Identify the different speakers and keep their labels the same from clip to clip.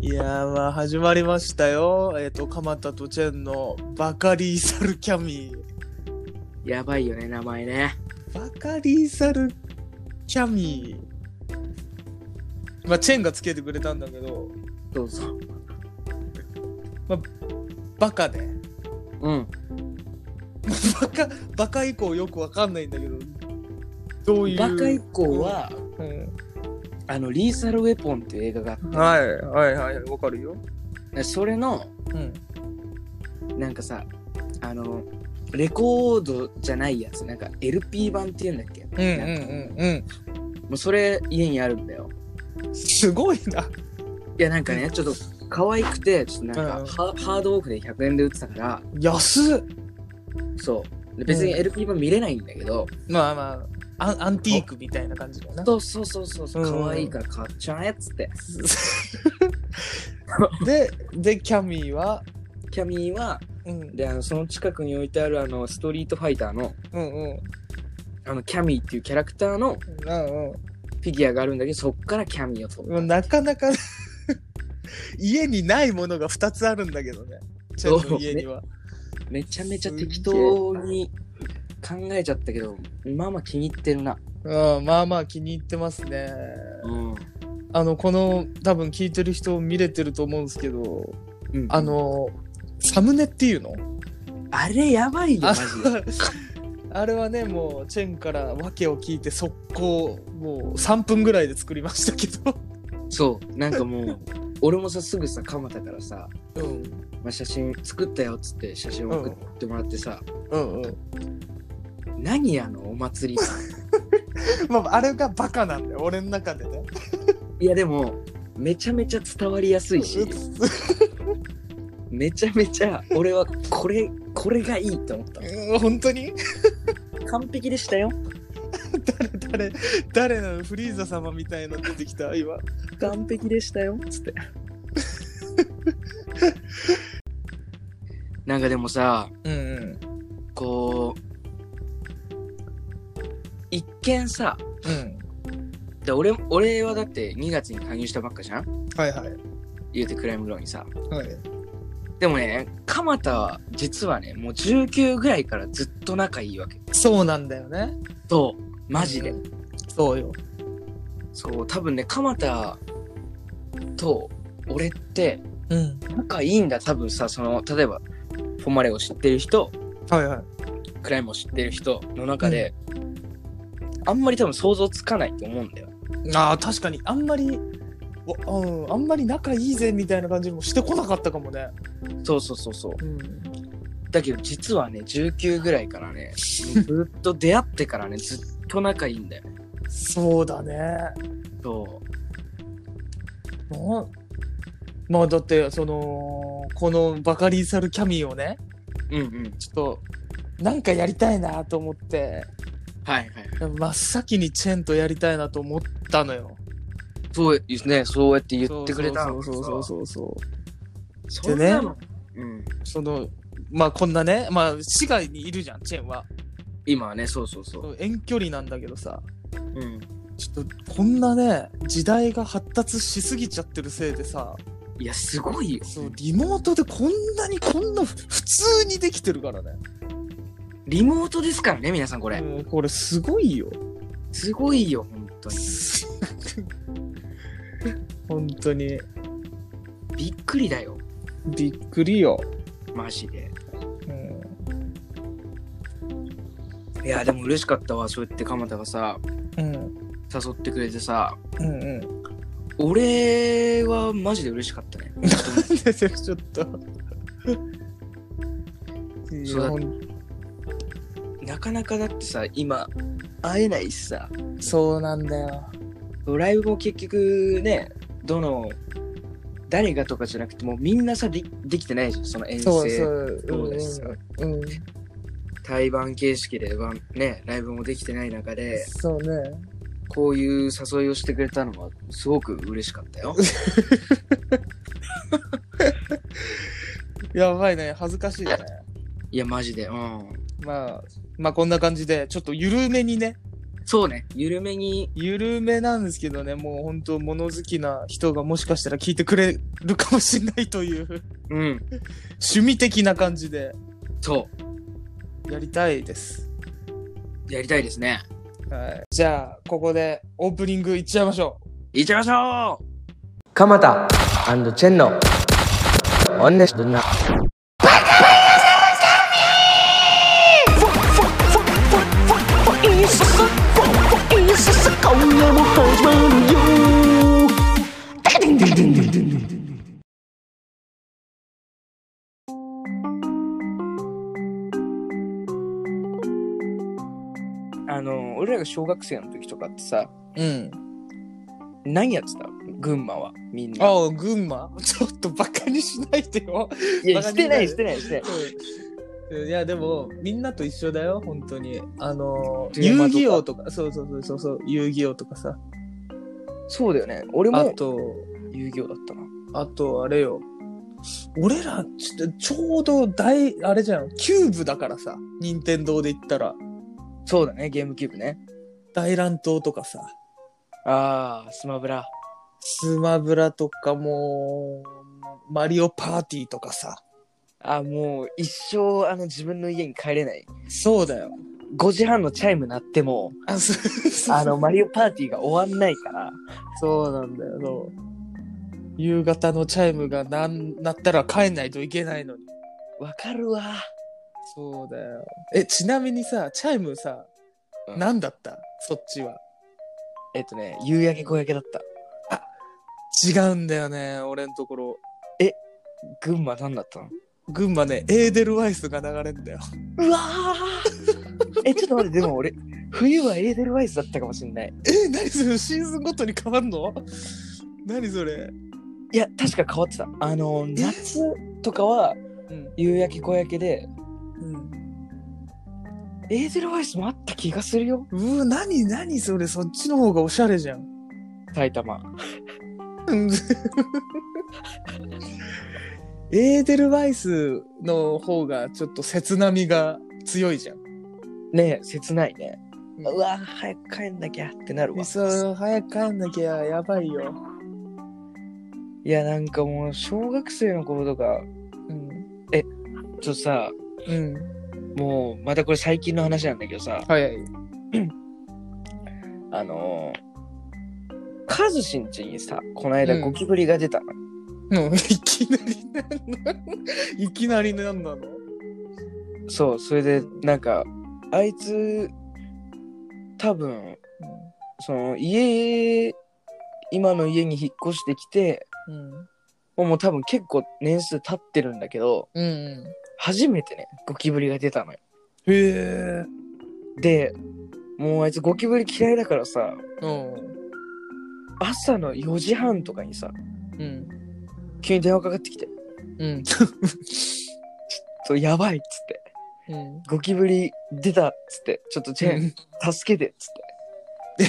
Speaker 1: いやーまあ始まりましたよ。えっ、と、蒲田とチェンのバカリーサルキャミー。
Speaker 2: やばいよね、名前ね。
Speaker 1: バカリーサルキャミー。まあ、チェンがつけてくれたんだけど、
Speaker 2: どうぞ。
Speaker 1: バカで。
Speaker 2: うん。
Speaker 1: バカ、バカ以降よくわかんないんだけど、どういう。
Speaker 2: バカ以降は、
Speaker 1: うん
Speaker 2: あの、リーサルウェポンっていう映画があっ
Speaker 1: はい、はい、はい、わかるよ。
Speaker 2: て、それの、
Speaker 1: うん。
Speaker 2: なんかさ、あの、レコードじゃないやつ、なんか LP 版っていうんだっけ
Speaker 1: うん、うん
Speaker 2: なんか、
Speaker 1: うん、
Speaker 2: もうそれ家にあるんだよ。
Speaker 1: うん。すごいな。
Speaker 2: いや、なんかね、ちょっと可愛くて、ちょっとなんか、
Speaker 1: うん
Speaker 2: ハハードオフで100円で売ってたから、
Speaker 1: 安っ。
Speaker 2: そう。で別に LP 版見れないんだけど、
Speaker 1: まあまあ、アンアンティークみたいな感じだよな。
Speaker 2: そうそうそうそうそう、
Speaker 1: うん
Speaker 2: 可愛いから買っちゃえっつって。
Speaker 1: で、で、キャミーは、
Speaker 2: キャミーは、
Speaker 1: うん、うん
Speaker 2: であのその近くに置いてあるあのストリートファイターの
Speaker 1: うん、
Speaker 2: あのキャミーっていうキャラクターのフ
Speaker 1: うん、うん
Speaker 2: ィギュアがあるんだけどそっからキャミーを取
Speaker 1: もう
Speaker 2: る
Speaker 1: なかなか 家にないものが2つあるんだけどね。チェンの家には。
Speaker 2: めちゃめちゃ適当に考えちゃったけどまあまあ気に入ってるな
Speaker 1: うん、まあまあ気に入ってますね。
Speaker 2: うん
Speaker 1: あの、この、多分聞いてる人見れてると思うんですけど、あの、サムネっていうの
Speaker 2: あれやばいよマ
Speaker 1: あ
Speaker 2: ジで
Speaker 1: あれはね、もう、チェンから訳を聞いて速攻、もう3分ぐらいで作りましたけど。
Speaker 2: そうなんかもう俺もさすぐさ鎌田からさ、
Speaker 1: うん、
Speaker 2: まあ、写真作ったよっつって写真送ってもらってさ、
Speaker 1: うん、うん。
Speaker 2: 何あのお祭り
Speaker 1: まあ、あれがバカなんだよ、俺の中でね。
Speaker 2: いやでもめちゃめちゃ伝わりやすいしめちゃめちゃ俺はこれこれがいいと思った
Speaker 1: うん本当に
Speaker 2: 完璧でしたよ
Speaker 1: 誰、誰なのフリーザ様みたいなの出てきた、今。
Speaker 2: 完璧でしたよつって なんかでもさ
Speaker 1: うんうん。
Speaker 2: こう一見さ
Speaker 1: うん。
Speaker 2: で俺俺はだって2月に加入したばっかじゃん
Speaker 1: はいはい。
Speaker 2: 言うてクライムローにさ
Speaker 1: はい。
Speaker 2: でもね鎌田は実はねもう19ぐらいからずっと仲いいわけ
Speaker 1: そうなんだよね。
Speaker 2: とマジで、
Speaker 1: うん。そうよ。
Speaker 2: そう多分ね鎌田と俺って
Speaker 1: うん。
Speaker 2: 仲いいんだ多分さその例えばフォマレを知ってる人
Speaker 1: はいはい。
Speaker 2: クライムを知ってる人の中で、あんまり多分想像つかないと思うんだよ
Speaker 1: ああ、確かに、あんまり、わうん、あんまり仲いいぜみたいな感じもしてこなかったかもね。
Speaker 2: そうそうそうそ
Speaker 1: う
Speaker 2: う
Speaker 1: ん。
Speaker 2: だけど実はね19ぐらいから ねずっと出会ってからねずっと仲いいんだよね
Speaker 1: そうだね。
Speaker 2: そう
Speaker 1: なまあ、だって、その、このバカリーサルキャミーをね、
Speaker 2: うんうん
Speaker 1: ちょっと、なんかやりたいなと思って、
Speaker 2: はいはい
Speaker 1: 真っ先にチェンとやりたいなと思ったのよ。
Speaker 2: そうですねそうやって言ってくれた
Speaker 1: そ
Speaker 2: の
Speaker 1: うそうそうそうそうそう。で
Speaker 2: そん
Speaker 1: ね
Speaker 2: なのうん
Speaker 1: その、まあこんなね、まあ市外にいるじゃん、チェンは。
Speaker 2: 今はねそうそうそう
Speaker 1: 遠距離なんだけどさ、
Speaker 2: うん
Speaker 1: ちょっとこんなね、時代が発達しすぎちゃってるせいでさ、
Speaker 2: いやすごいよ
Speaker 1: そうリモートでこんなにこんなふ普通にできてるからね。
Speaker 2: リモートですからね皆さんこれ
Speaker 1: うんこれすごいよ。
Speaker 2: すごいよ本当に
Speaker 1: 本当に
Speaker 2: びっくりだよ
Speaker 1: びっくりよ。
Speaker 2: マジで
Speaker 1: うん
Speaker 2: いやでも嬉しかったわそうやって鎌田がさ
Speaker 1: うん
Speaker 2: 誘ってくれてさ
Speaker 1: うんうん。
Speaker 2: 俺はマジで嬉しかったね
Speaker 1: 出てるちょっと。い
Speaker 2: そう
Speaker 1: や
Speaker 2: だ
Speaker 1: ほん
Speaker 2: なかなかだってさ今会えないしさ
Speaker 1: そうなんだよ。
Speaker 2: ライブも結局ねどの誰がとかじゃなくてもうみんなさでできてないじゃんその遠征
Speaker 1: そうそう。
Speaker 2: そうですよ
Speaker 1: うんうん、
Speaker 2: 対バン形式ではねライブもできてない中で
Speaker 1: そうね。
Speaker 2: こういう誘いをしてくれたのはすごく嬉しかっ たよ
Speaker 1: やばいね。恥ずかしいね。
Speaker 2: いやマジでうん
Speaker 1: まあ、まあこんな感じで、ちょっと緩めにね、
Speaker 2: そうね緩めに
Speaker 1: 緩めなんですけどね、もう本当物好きな人がもしかしたら聞いてくれるかもしれないという
Speaker 2: うん
Speaker 1: 趣味的な感じで
Speaker 2: そ
Speaker 1: やりたいです。
Speaker 2: うやりたいですね
Speaker 1: はい。じゃあ、ここでオープニングいっちゃいましょう。
Speaker 2: いっちゃいましょう
Speaker 3: 鎌田チェンのオンネストな
Speaker 2: あの俺らが小学生の時とかってさ
Speaker 1: うん。
Speaker 2: 何やってた群馬はみんな
Speaker 1: ああ、群馬 ちょっとバカにしないでよ。
Speaker 2: いや
Speaker 1: バカにし
Speaker 2: し
Speaker 1: て
Speaker 2: て
Speaker 1: な
Speaker 2: ないいしてないしてない
Speaker 1: いや、でも、みんなと一緒だよ、本当に。あのー、
Speaker 2: テー
Speaker 1: 遊
Speaker 2: マとか
Speaker 1: 戯王とか、そうそうそうそうそう、遊戯王とかさ。
Speaker 2: そうだよね俺
Speaker 1: あ
Speaker 2: も
Speaker 1: と、
Speaker 2: 遊戯王だったな
Speaker 1: あと、あれよ。俺ら、ちょちょうど大、あれじゃん、キューブだからさ、任天堂で言ったら、
Speaker 2: そうだねゲームキューブね
Speaker 1: 大乱闘とかさ、
Speaker 2: ああスマブラ
Speaker 1: スマブラとかもう、マリオパーティーとかさ、
Speaker 2: あーもう一生あの自分の家に帰れない
Speaker 1: そうだよ。
Speaker 2: 5時半のチャイム鳴って も
Speaker 1: あ、そうそう
Speaker 2: あのマリオパーティーが終わんないから
Speaker 1: そうなんだよ、そう。夕方のチャイムがなんなったら帰んないといけないのに。
Speaker 2: わかるわ
Speaker 1: そうだよ。え、ちなみにさ、チャイムさ、
Speaker 2: うん
Speaker 1: 何だったそっちは。
Speaker 2: えっとね夕焼け小焼けだった
Speaker 1: 違うんだよね、俺のところ。
Speaker 2: 群馬何だったの
Speaker 1: 群馬ね、エーデルワイスが流れんだよ。
Speaker 2: うわー えちょっと待ってでも俺冬はエーデルワイスだったかもしんない
Speaker 1: え、何それシーズンごとに変わんの何それ
Speaker 2: いや確か変わってたあの夏とかは
Speaker 1: うん。
Speaker 2: 夕焼け小焼けで
Speaker 1: うん。
Speaker 2: エーデルワイスもあった気がするよ
Speaker 1: うわ、何何それそっちの方がおしゃれじゃん。
Speaker 2: 埼玉
Speaker 1: うん エーデルワイスの方がちょっと切なみが強いじゃん。
Speaker 2: ねえ切ないね
Speaker 1: うん
Speaker 2: うわー早く帰んなきゃってなるわ
Speaker 1: そう早く帰んなきゃやばいよ。
Speaker 2: いやなんかもう小学生の頃とか
Speaker 1: うん。
Speaker 2: ちょっとさ
Speaker 1: うん。
Speaker 2: もうまたこれ最近の話なんだけどさ
Speaker 1: はいはい。
Speaker 2: あのー、カズシンちにさこの間
Speaker 1: うん
Speaker 2: ゴキブリが出たの、
Speaker 1: うん、いきなりなんの いきなりなんなの
Speaker 2: そうそれでなんかあいつ多分その家今の家に引っ越してきて
Speaker 1: うん。
Speaker 2: もうもう多分結構年数経ってるんだけど
Speaker 1: うん。うん。
Speaker 2: 初めてねゴキブリが出たのよ
Speaker 1: へえ。
Speaker 2: でもうあいつゴキブリ嫌いだからさ
Speaker 1: うん。
Speaker 2: 朝の4時半とかにさ
Speaker 1: うん。
Speaker 2: 急に電話かかってきて
Speaker 1: うん。
Speaker 2: 「そうやばい」っつって
Speaker 1: うん
Speaker 2: 「ゴキブリ出た」っつって「ちょっと チェーン助けてっつってえ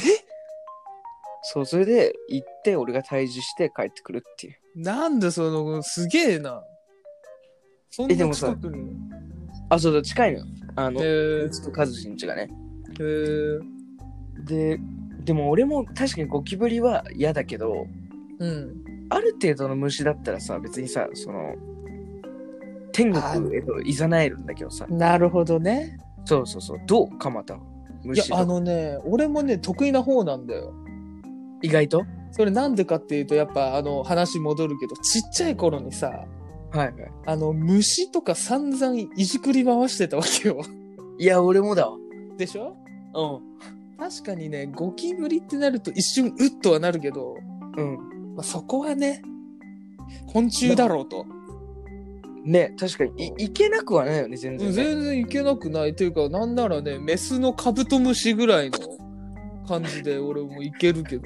Speaker 2: そうそれで行って俺が退治して帰ってくるっていう
Speaker 1: なんでその、すげえな。そん
Speaker 2: えで
Speaker 1: な
Speaker 2: もさ
Speaker 1: 近くに。
Speaker 2: あそうそう近いのよあ
Speaker 1: へ
Speaker 2: の
Speaker 1: え
Speaker 2: う。ちとカズシんちがね
Speaker 1: へえ。
Speaker 2: ででも俺も確かにゴキブリは嫌だけど
Speaker 1: うん。
Speaker 2: ある程度の虫だったらさ別にさその天国へといざなえるんだけどさ
Speaker 1: なるほどね。
Speaker 2: そうそうそうどう鎌田
Speaker 1: いや
Speaker 2: 虫、
Speaker 1: あのね、俺もね、得意な方なんだよ。
Speaker 2: 意外と
Speaker 1: それなんでかっていうと、やっぱ、あの、話戻るけど、ちっちゃい頃にさ、
Speaker 2: はいはい
Speaker 1: あの、虫とか散々いじくり回してたわけよ。
Speaker 2: いや俺もだわ
Speaker 1: でしょ
Speaker 2: う
Speaker 1: 確かにね、ゴキブリってなると一瞬、うっとはなるけど、
Speaker 2: んうん
Speaker 1: まあ、そこはね、昆虫だろうと。
Speaker 2: ね確かにいいけなくはないよね全然
Speaker 1: 全
Speaker 2: ね
Speaker 1: 然いけなくないというか、なんならね、メスのカブトムシぐらいの感じで俺もいけるけど。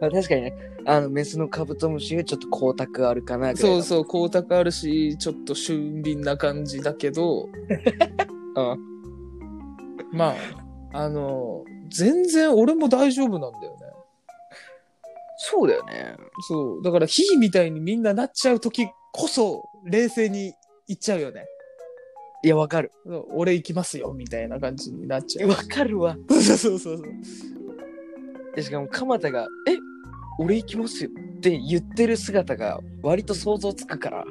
Speaker 2: まあ、確かにねあのメスのカブトムシがちょっと光沢あるかなぐらい
Speaker 1: そう
Speaker 2: の
Speaker 1: そう、光沢あるし、ちょっと俊敏な感じだけ ど、
Speaker 2: うん
Speaker 1: まあ、あの、全然俺も大丈夫なんだよね。
Speaker 2: そうだよね
Speaker 1: そう。だから、火みたいにみんななっちゃう時こそ、冷静にいっちゃうよね。
Speaker 2: いや、わかる。
Speaker 1: 俺行きますよみたいな感じになっちゃう
Speaker 2: わ。かるわ。
Speaker 1: そうそうそうそう。
Speaker 2: でしかも、鎌田が、え俺行きますよって言ってる姿が、割と想像つ くから。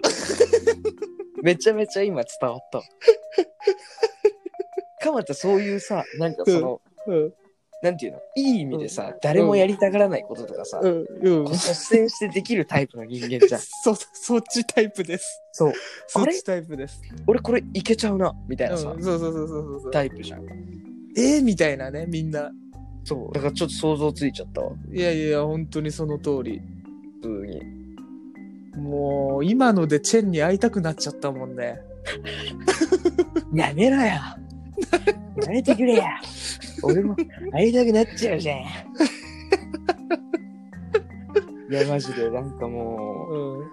Speaker 2: めちゃめちゃ今伝わったわ。鎌田、そういうさ、なんかその、
Speaker 1: うん
Speaker 2: なんていうの、いい意味でさ、誰もやりたがらないこととかさ、
Speaker 1: う
Speaker 2: こ
Speaker 1: んう。
Speaker 2: うん率先してできるタイプの人間 じゃん。
Speaker 1: そそっちタイプです。
Speaker 2: そう。
Speaker 1: そ
Speaker 2: あ
Speaker 1: っ
Speaker 2: れ
Speaker 1: ちタイプです。
Speaker 2: 俺これいけちゃうな、みたい
Speaker 1: うん
Speaker 2: なさ、
Speaker 1: そうそうそうそうそう。
Speaker 2: タイプじゃん。
Speaker 1: えー、みたいなねみんな。
Speaker 2: そう。だからちょっと想像ついちゃったわ。
Speaker 1: いやいや本当にその通り。
Speaker 2: 普通に。
Speaker 1: もう今のでチェンに会いたくなっちゃったもんね。
Speaker 2: やめろよ。やめてくれや。俺も会いたくなっちゃうじゃ ん。いや、マジで、なんかも
Speaker 1: う
Speaker 2: う、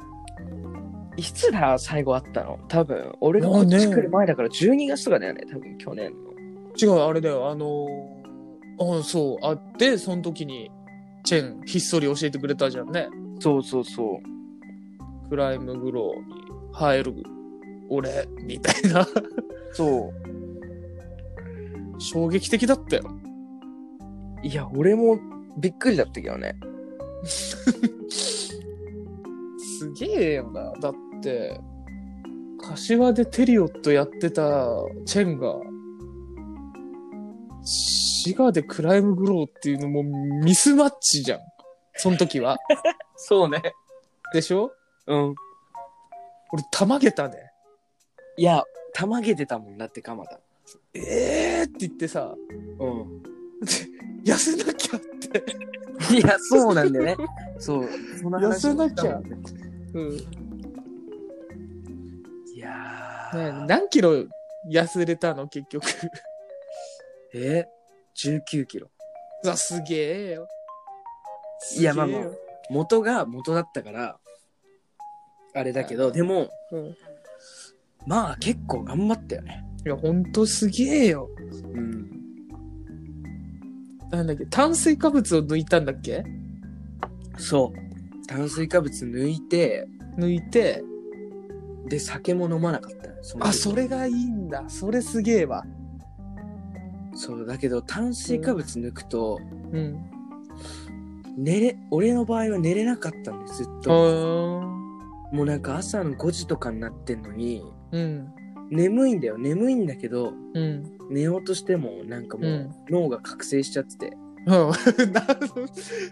Speaker 2: いつだ、最後会ったの多分、俺が
Speaker 1: ま
Speaker 2: こ
Speaker 1: あ
Speaker 2: っ
Speaker 1: ね
Speaker 2: ち来る前だから12月とかだよね、多分去年の。
Speaker 1: ん。違うあれだよあのー、あそうあってその時にチェンひっそり教えてくれたじゃんね。
Speaker 2: そうそうそう。
Speaker 1: クライムグローに入る俺みたいな
Speaker 2: そう。
Speaker 1: 衝撃的だったよ。
Speaker 2: いや、俺もびっくりだったけどね。
Speaker 1: すげえよな。だって、柏でテリオットやってたチェンが、滋賀でクライムグローっていうのもミスマッチじゃん。その時は。
Speaker 2: そうね。
Speaker 1: でしょ
Speaker 2: うん。
Speaker 1: 俺、たまげたね。
Speaker 2: いや、たまげてたもんだって、鎌田。
Speaker 1: えーって言ってさ、
Speaker 2: うん。
Speaker 1: 痩せなきゃって。
Speaker 2: いや、そうなんだよね。そう。その
Speaker 1: 痩
Speaker 2: 話
Speaker 1: せ
Speaker 2: も
Speaker 1: な
Speaker 2: した
Speaker 1: きゃ
Speaker 2: もん。ね
Speaker 1: うん。ね
Speaker 2: いや
Speaker 1: え
Speaker 2: ー。
Speaker 1: 何キロ痩せれたの結局。
Speaker 2: え ?19 キロ。
Speaker 1: あ、すげえよ。
Speaker 2: いやまあ
Speaker 1: すげえよ
Speaker 2: ま元が元だったから、あれだけど、でも、
Speaker 1: うん
Speaker 2: まあ結構頑張ったよね。
Speaker 1: いや、ほんとすげえよ。
Speaker 2: うん。
Speaker 1: なんだっけ、炭水化物を抜いたんだっけ
Speaker 2: そう。炭水化物抜いて、
Speaker 1: 抜いて、
Speaker 2: で、酒も飲まなかったの。その時
Speaker 1: あ、それがいいんだ。それすげえわ。
Speaker 2: そう、だけど炭水化物抜くと、
Speaker 1: うん。
Speaker 2: 寝れ、俺の場合は寝れなかったんです、ずっ
Speaker 1: う
Speaker 2: と。
Speaker 1: ーん。
Speaker 2: もうなんか朝の5時とかになってんのに、
Speaker 1: うん。
Speaker 2: 眠いんだよ、眠いんだけど、
Speaker 1: うん。
Speaker 2: 寝ようとしてもなんかもう脳が覚醒しちゃってて
Speaker 1: うん。なるほど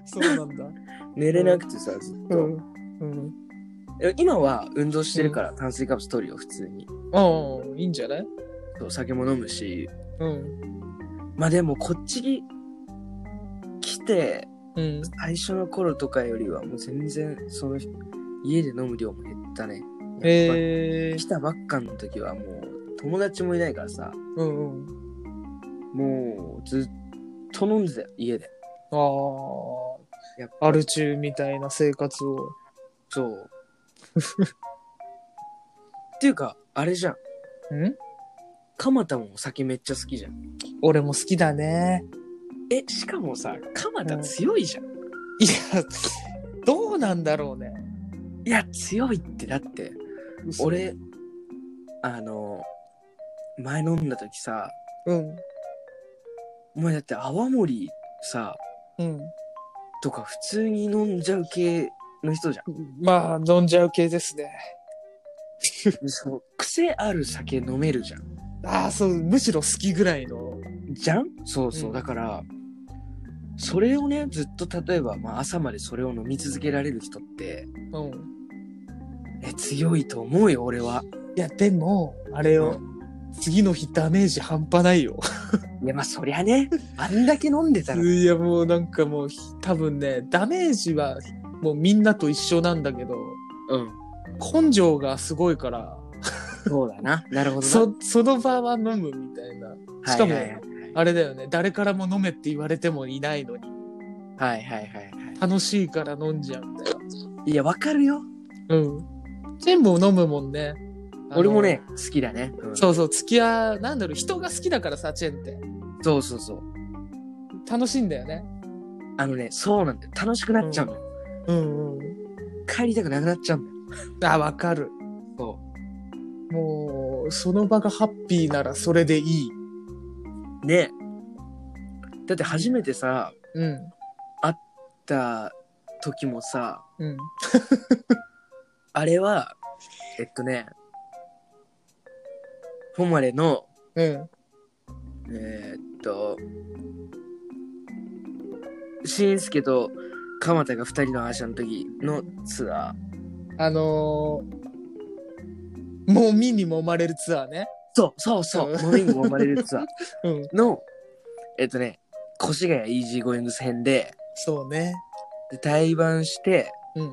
Speaker 1: そうなんだ。
Speaker 2: 寝れなくてさずっと、
Speaker 1: うん。
Speaker 2: 今は運動してるから炭水化物取るよ普通に
Speaker 1: うん。いいんじゃない
Speaker 2: そう酒も飲むし
Speaker 1: うん。
Speaker 2: まあでもこっちに来て
Speaker 1: うん。
Speaker 2: 最初の頃とかよりはもう全然その家で飲む量も減ったねやっぱり
Speaker 1: えー
Speaker 2: 来。たばっかの時はもう友達もいないからさ
Speaker 1: うんうん。
Speaker 2: もうずっと飲んでたよ家で
Speaker 1: あ
Speaker 2: やっ
Speaker 1: あ。アル中みたいな生活を。
Speaker 2: そうっていうかあれじゃん
Speaker 1: ん
Speaker 2: 蒲田もお酒めっちゃ好きじゃん。
Speaker 1: 俺も好きだね。
Speaker 2: え、しかもさ、鎌田強いじゃん。
Speaker 1: いや、どうなんだろうね。
Speaker 2: いや、強いって、だって、俺、あの、前飲んだ時さ、
Speaker 1: うん。
Speaker 2: お前だって泡盛さ、
Speaker 1: うん。
Speaker 2: とか普通に飲んじゃう系の人じゃ
Speaker 1: まあ、飲んじゃう系ですね。
Speaker 2: ん。その癖ある酒飲めるじゃん。
Speaker 1: ああ、そう、むしろ好きぐらいの。
Speaker 2: じゃんそうそう、
Speaker 1: うん
Speaker 2: だから、それをね、ずっと例えば、まあ、朝までそれを飲み続けられる人って、
Speaker 1: うん。
Speaker 2: え、強いと思うよ、俺は。
Speaker 1: いや、でも、あれよ、次の日ダメージ半端ないよ。
Speaker 2: いや、まあ、そりゃね、あんだけ飲んでたら、
Speaker 1: いや、もうなんかもう、ひ多分ね、ダメージはもうみんなと一緒なんだけど、
Speaker 2: うん。
Speaker 1: 根性がすごいから、
Speaker 2: そうだな。なるほどな。
Speaker 1: そ、その場は飲むみたいな。しかも、
Speaker 2: はいはい
Speaker 1: あれだよね、誰からも飲めって言われてもいないのに、
Speaker 2: はいはいはいは
Speaker 1: 楽しいから飲んじゃうみたい
Speaker 2: い。いや、わかるよ。
Speaker 1: な。うん。全部飲むもんね。あの
Speaker 2: 俺も。ね、好きだね。うん
Speaker 1: そうそう、付き合う、なんだろう、人が好きだからさ、チェンって。
Speaker 2: そうそうそう。
Speaker 1: 楽しいんだよね。
Speaker 2: あのね、そうなんだよ。楽しくなっちゃうのよ。
Speaker 1: うんうん。
Speaker 2: 帰りたくなくなっちゃうんだよ。
Speaker 1: あ、わかる。
Speaker 2: そ
Speaker 1: も
Speaker 2: う。
Speaker 1: もう、その場がハッピーならそれでいい。
Speaker 2: ねだって初めてさ、
Speaker 1: うん。
Speaker 2: 行った時もさ、
Speaker 1: うん。
Speaker 2: あれは、えっとね、フォマレの、
Speaker 1: うん。
Speaker 2: えーっと、しんすけと鎌田が二人の話の時のツアー。
Speaker 1: あのー、もう身に揉まれるツアーね。
Speaker 2: そうそうそう、
Speaker 1: うん
Speaker 2: モーニングも生まれるツアー
Speaker 1: うん。
Speaker 2: の、えっとね、越谷イージーゴーイングス編で、
Speaker 1: そうね。
Speaker 2: で対バンして、
Speaker 1: うん。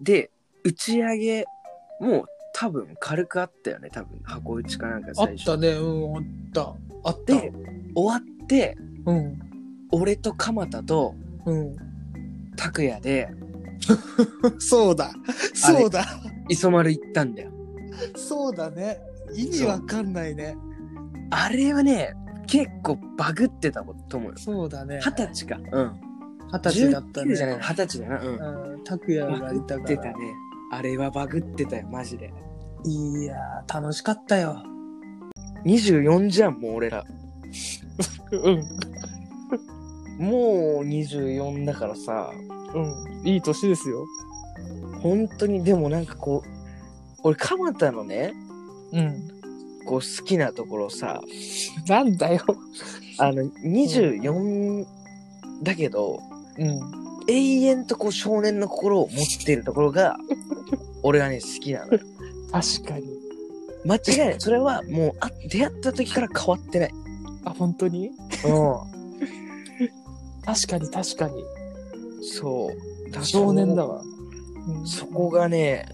Speaker 2: で、打ち上げ、もう多分軽くあったよね、多分箱打ちかなんか
Speaker 1: あっ
Speaker 2: 最初。
Speaker 1: たね。うん、あった。あった。
Speaker 2: で、終わって、
Speaker 1: うん。
Speaker 2: 俺と鎌田と
Speaker 1: うん。
Speaker 2: 拓也で、
Speaker 1: そうだ。そうだ。
Speaker 2: 磯丸行ったんだよ。
Speaker 1: そうだね。意味わかんないね。
Speaker 2: あれはね、結構バグってたと思うよ。
Speaker 1: そうだね。
Speaker 2: 二十歳か。うん。
Speaker 1: 二十歳だった
Speaker 2: 19
Speaker 1: ね。
Speaker 2: じゃない、二十歳だな。うん。
Speaker 1: うん。拓也がいた
Speaker 2: バグっ
Speaker 1: か
Speaker 2: てた
Speaker 1: ら。
Speaker 2: ね。あれはバグってたよ、マジで。
Speaker 1: いやー、楽しかったよ。
Speaker 2: 24じゃん、もう俺ら。
Speaker 1: うん。
Speaker 2: もう24だからさ、
Speaker 1: うん。いい年ですよ。
Speaker 2: 本当にでもなんかこう、俺、蒲田のね、
Speaker 1: うん。
Speaker 2: こう好きなところさ、
Speaker 1: なんだよ。
Speaker 2: あの、24だけど、
Speaker 1: うん。
Speaker 2: 永遠とこう少年の心を持ってるとこ ろが、俺はね、好きなのよ。
Speaker 1: 確かに。
Speaker 2: 間違いない。それはもうあ、出会った時から変わってない。
Speaker 1: あ、本当に
Speaker 2: う
Speaker 1: 確かに確かに。
Speaker 2: ん。そう。だから
Speaker 1: 少年だわ。うん
Speaker 2: そこがね、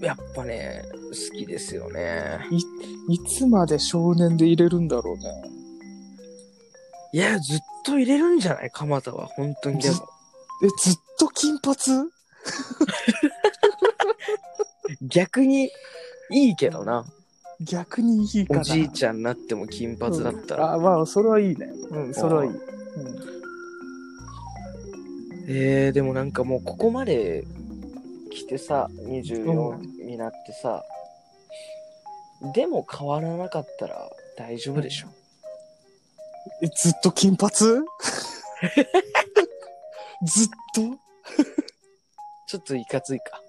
Speaker 2: やっぱね、好きですよね。
Speaker 1: いつまで少年でいれるんだろうね。
Speaker 2: いや、ずっと入れるんじゃない蒲田は、本当にで
Speaker 1: ず
Speaker 2: も。
Speaker 1: え、ずっと金髪
Speaker 2: 逆に、いいけどな。
Speaker 1: 逆にいいか
Speaker 2: お
Speaker 1: な。
Speaker 2: じいちゃんになっても金髪だったら。
Speaker 1: あ、まあ、それはいいね。うん、それはいい。
Speaker 2: えー、でもなんかもうここまで来てさ、
Speaker 1: う
Speaker 2: 24になってさ、でも変わらなかったら大丈夫でしょ。
Speaker 1: え、ずっと金髪 ずっと
Speaker 2: ちょっといかついか。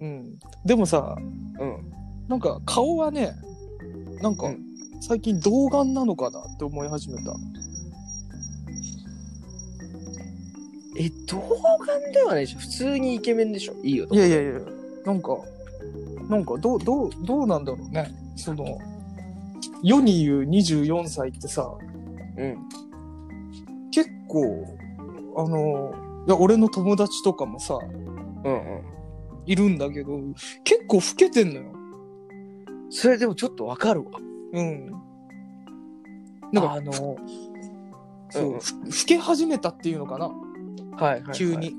Speaker 1: うん。でもさ、
Speaker 2: うん。
Speaker 1: なんか顔はね、なんか
Speaker 2: うん
Speaker 1: 最近童顔なのかなって思い始めた。
Speaker 2: え、童顔ではないでしょ。普通にイケメンでしょ。いいよ。
Speaker 1: いやいやいや、なんか、なんかどう、どう、どうなんだろうね。その、世に言う24歳ってさ、
Speaker 2: うん。
Speaker 1: 結構、あの、いや、俺の友達とかもさ、
Speaker 2: うん
Speaker 1: いるんだけど、結構老けてんのよ。
Speaker 2: うん。それでもちょっとわかるわ。
Speaker 1: うん。なんか、
Speaker 2: あの、
Speaker 1: そう
Speaker 2: うん
Speaker 1: ふ老け始めたっていうのかな、
Speaker 2: はい、はい。
Speaker 1: 急に。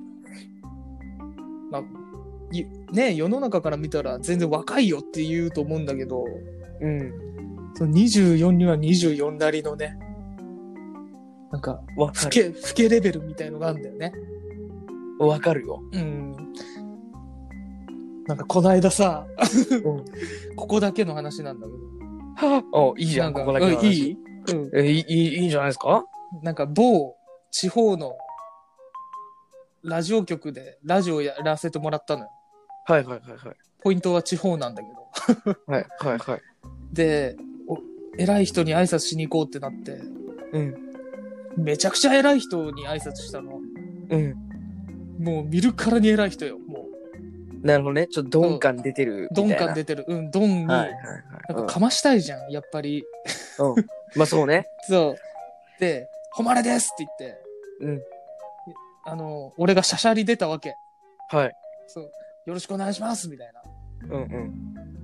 Speaker 1: まあ、いね世の中から見たら全然若いよって言うと思うんだけど、
Speaker 2: うん。
Speaker 1: その24には24なりのね、なんか、老
Speaker 2: わかる。
Speaker 1: け、老けレベルみたいのがあるんだよね。
Speaker 2: わかるよ。
Speaker 1: うん。なんか、こないだ さ、
Speaker 2: ん
Speaker 1: ここだけの話なんだけど。
Speaker 2: おいいじゃん、
Speaker 1: な
Speaker 2: こ
Speaker 1: か
Speaker 2: こだけの
Speaker 1: うん
Speaker 2: 話。
Speaker 1: いいうん。
Speaker 2: えいいいいいいんじゃないですか
Speaker 1: なんか某地方のラジオ局でラジオやらせてもらったのよ。
Speaker 2: はいはいはいはい。
Speaker 1: ポイントは地方なんだけど。
Speaker 2: はいはいはい。
Speaker 1: で、お偉い人に挨拶しに行こうってなって、
Speaker 2: うん。
Speaker 1: めちゃくちゃ偉い人に挨拶したの。
Speaker 2: うん。
Speaker 1: もう見るからに偉い人よ。も
Speaker 2: なるほどね。ちょっと鈍感出てる
Speaker 1: う、
Speaker 2: みたい
Speaker 1: ドン
Speaker 2: な。
Speaker 1: 感出てる。うん、ドンに、
Speaker 2: はいはい
Speaker 1: なん
Speaker 2: はい
Speaker 1: か。かましたいじゃん、やっぱり。
Speaker 2: うん。うんまあそうね。
Speaker 1: そう。で、誉れですって言って、
Speaker 2: うん。
Speaker 1: あの、俺がしゃしゃり出たわけ。
Speaker 2: はい。
Speaker 1: そう。よろしくお願いしますみたいな。
Speaker 2: うんうん。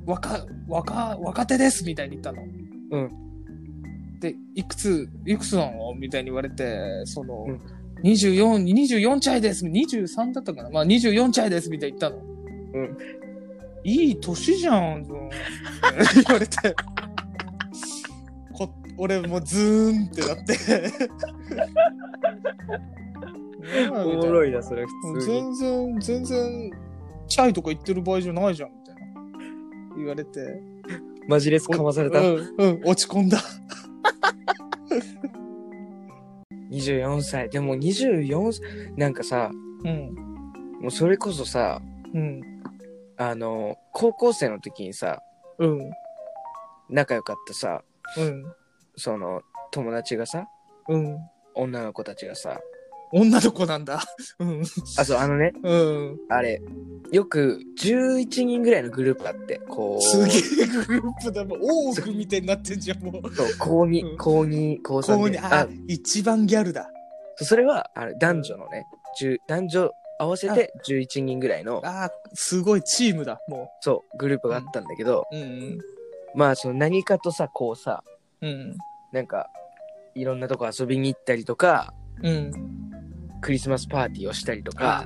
Speaker 1: 若、若、若手ですみたいに言ったの。
Speaker 2: う
Speaker 1: で、いくつ、いくつなのみたいに言われて、その、
Speaker 2: うん
Speaker 1: 24、24チャイです、23だったかなまあ24チャイですみたいに言ったの。
Speaker 2: うん。
Speaker 1: いい年じゃん、うん 言われて。こ俺もうズーンってなって。
Speaker 2: おもろいな、それ普通に。
Speaker 1: 全然、全然、チャイとか言ってる場合じゃないじゃん、みたいな。言われて。
Speaker 2: マジレスかまされた
Speaker 1: うん、うん、落ち込んだ。
Speaker 2: 24歳でも24歳なんかさ
Speaker 1: うん、
Speaker 2: もうそれこそさ
Speaker 1: うん、
Speaker 2: あの高校生の時にさ
Speaker 1: うん、
Speaker 2: 仲良かったさ
Speaker 1: うん、
Speaker 2: その友達がさ
Speaker 1: うん。
Speaker 2: 女の子たちがさ
Speaker 1: 女の子なんだ。うん、
Speaker 2: あそうあのね
Speaker 1: うん。
Speaker 2: あれよく11人ぐらいのグループあってこう
Speaker 1: すげえグループだもん。大奥みたいになってんじゃん、もう。
Speaker 2: そう高
Speaker 1: うん
Speaker 2: 2高2
Speaker 1: こ
Speaker 2: 高
Speaker 1: こ
Speaker 2: 3
Speaker 1: に、
Speaker 2: で
Speaker 1: あ
Speaker 2: あ、
Speaker 1: 一番ギャルだ。
Speaker 2: そうそれはあれ男女のね10男女合わせて11人ぐらいの
Speaker 1: あすごいチームだ、も
Speaker 2: そうグループがあったんだけど、
Speaker 1: う。うん、
Speaker 2: まあその何かとさこうさ
Speaker 1: うん、
Speaker 2: なんかいろんなとこ遊びに行ったりとか
Speaker 1: うん。
Speaker 2: クリスマスパーティーをしたりと
Speaker 1: あ
Speaker 2: か、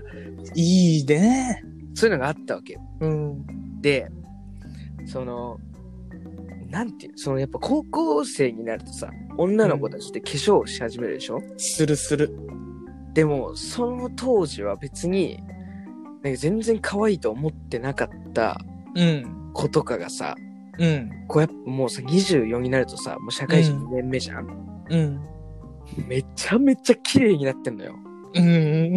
Speaker 1: いいね。
Speaker 2: そういうのがあったわけよ
Speaker 1: うん、
Speaker 2: でそのなんていうそのやっぱ高校生になるとさ女の子たちって化粧をし始めるでしょ、
Speaker 1: するする。
Speaker 2: でもその当時は別になんか全然可愛いと思ってなかった
Speaker 1: うん、
Speaker 2: 子とかがさ
Speaker 1: うん、
Speaker 2: こうやっぱもうさ24になるとさもう社会人2年目じゃん、
Speaker 1: うん、
Speaker 2: めちゃめちゃ綺麗になってんのよ
Speaker 1: うん、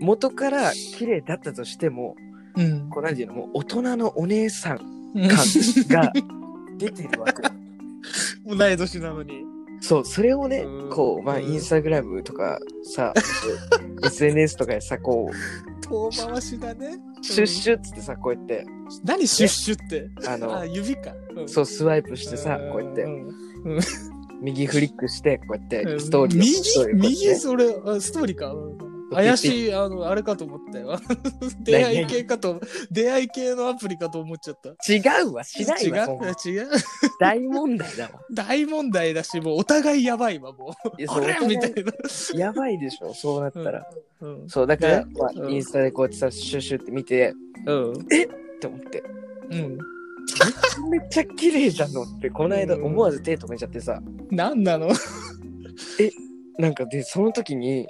Speaker 2: 元から綺麗だったとしても
Speaker 1: うん、
Speaker 2: こうなんていうのもう大人のお姉さん
Speaker 1: うん。
Speaker 2: 感 が出てるわけ
Speaker 1: 同い年なのに。
Speaker 2: そうそれをね
Speaker 1: うん
Speaker 2: こうまあ
Speaker 1: うん
Speaker 2: インスタグラムとか さ SNS とかでさこう
Speaker 1: 遠回しだね。
Speaker 2: シュッシュッつってさこうやって
Speaker 1: 何シュッシュって。
Speaker 2: あ
Speaker 1: あ、
Speaker 2: の
Speaker 1: 指か。
Speaker 2: そううスワイプ
Speaker 1: ん
Speaker 2: してさこうやって
Speaker 1: ん
Speaker 2: 右フリックしてこうやってストーリーを
Speaker 1: 右
Speaker 2: ストーリーをこ
Speaker 1: 右そ
Speaker 2: うやってね
Speaker 1: れあストーリーか。うん怪しい、あの、あれかと思った よ。出会い系かと、出会い系のアプリかと思っちゃった。
Speaker 2: 違うわしないわそんな
Speaker 1: 違う、違う。
Speaker 2: 大問題だわ
Speaker 1: 大問題だし、もうお互いやばいわ、も
Speaker 2: いや
Speaker 1: う。
Speaker 2: そ
Speaker 1: あ
Speaker 2: う
Speaker 1: れ
Speaker 2: お互い
Speaker 1: みたいな。
Speaker 2: やばいでしょそうなったら、
Speaker 1: うん。
Speaker 2: そうだから、
Speaker 1: ね
Speaker 2: まあ
Speaker 1: うん
Speaker 2: インスタでこうやってさシュッシュって見て
Speaker 1: うん。
Speaker 2: って思 って
Speaker 1: うん。
Speaker 2: めっちゃ綺麗じゃんのってこの間
Speaker 1: うん
Speaker 2: 思わず手止めちゃってさ
Speaker 1: 何なの
Speaker 2: なんかでその時に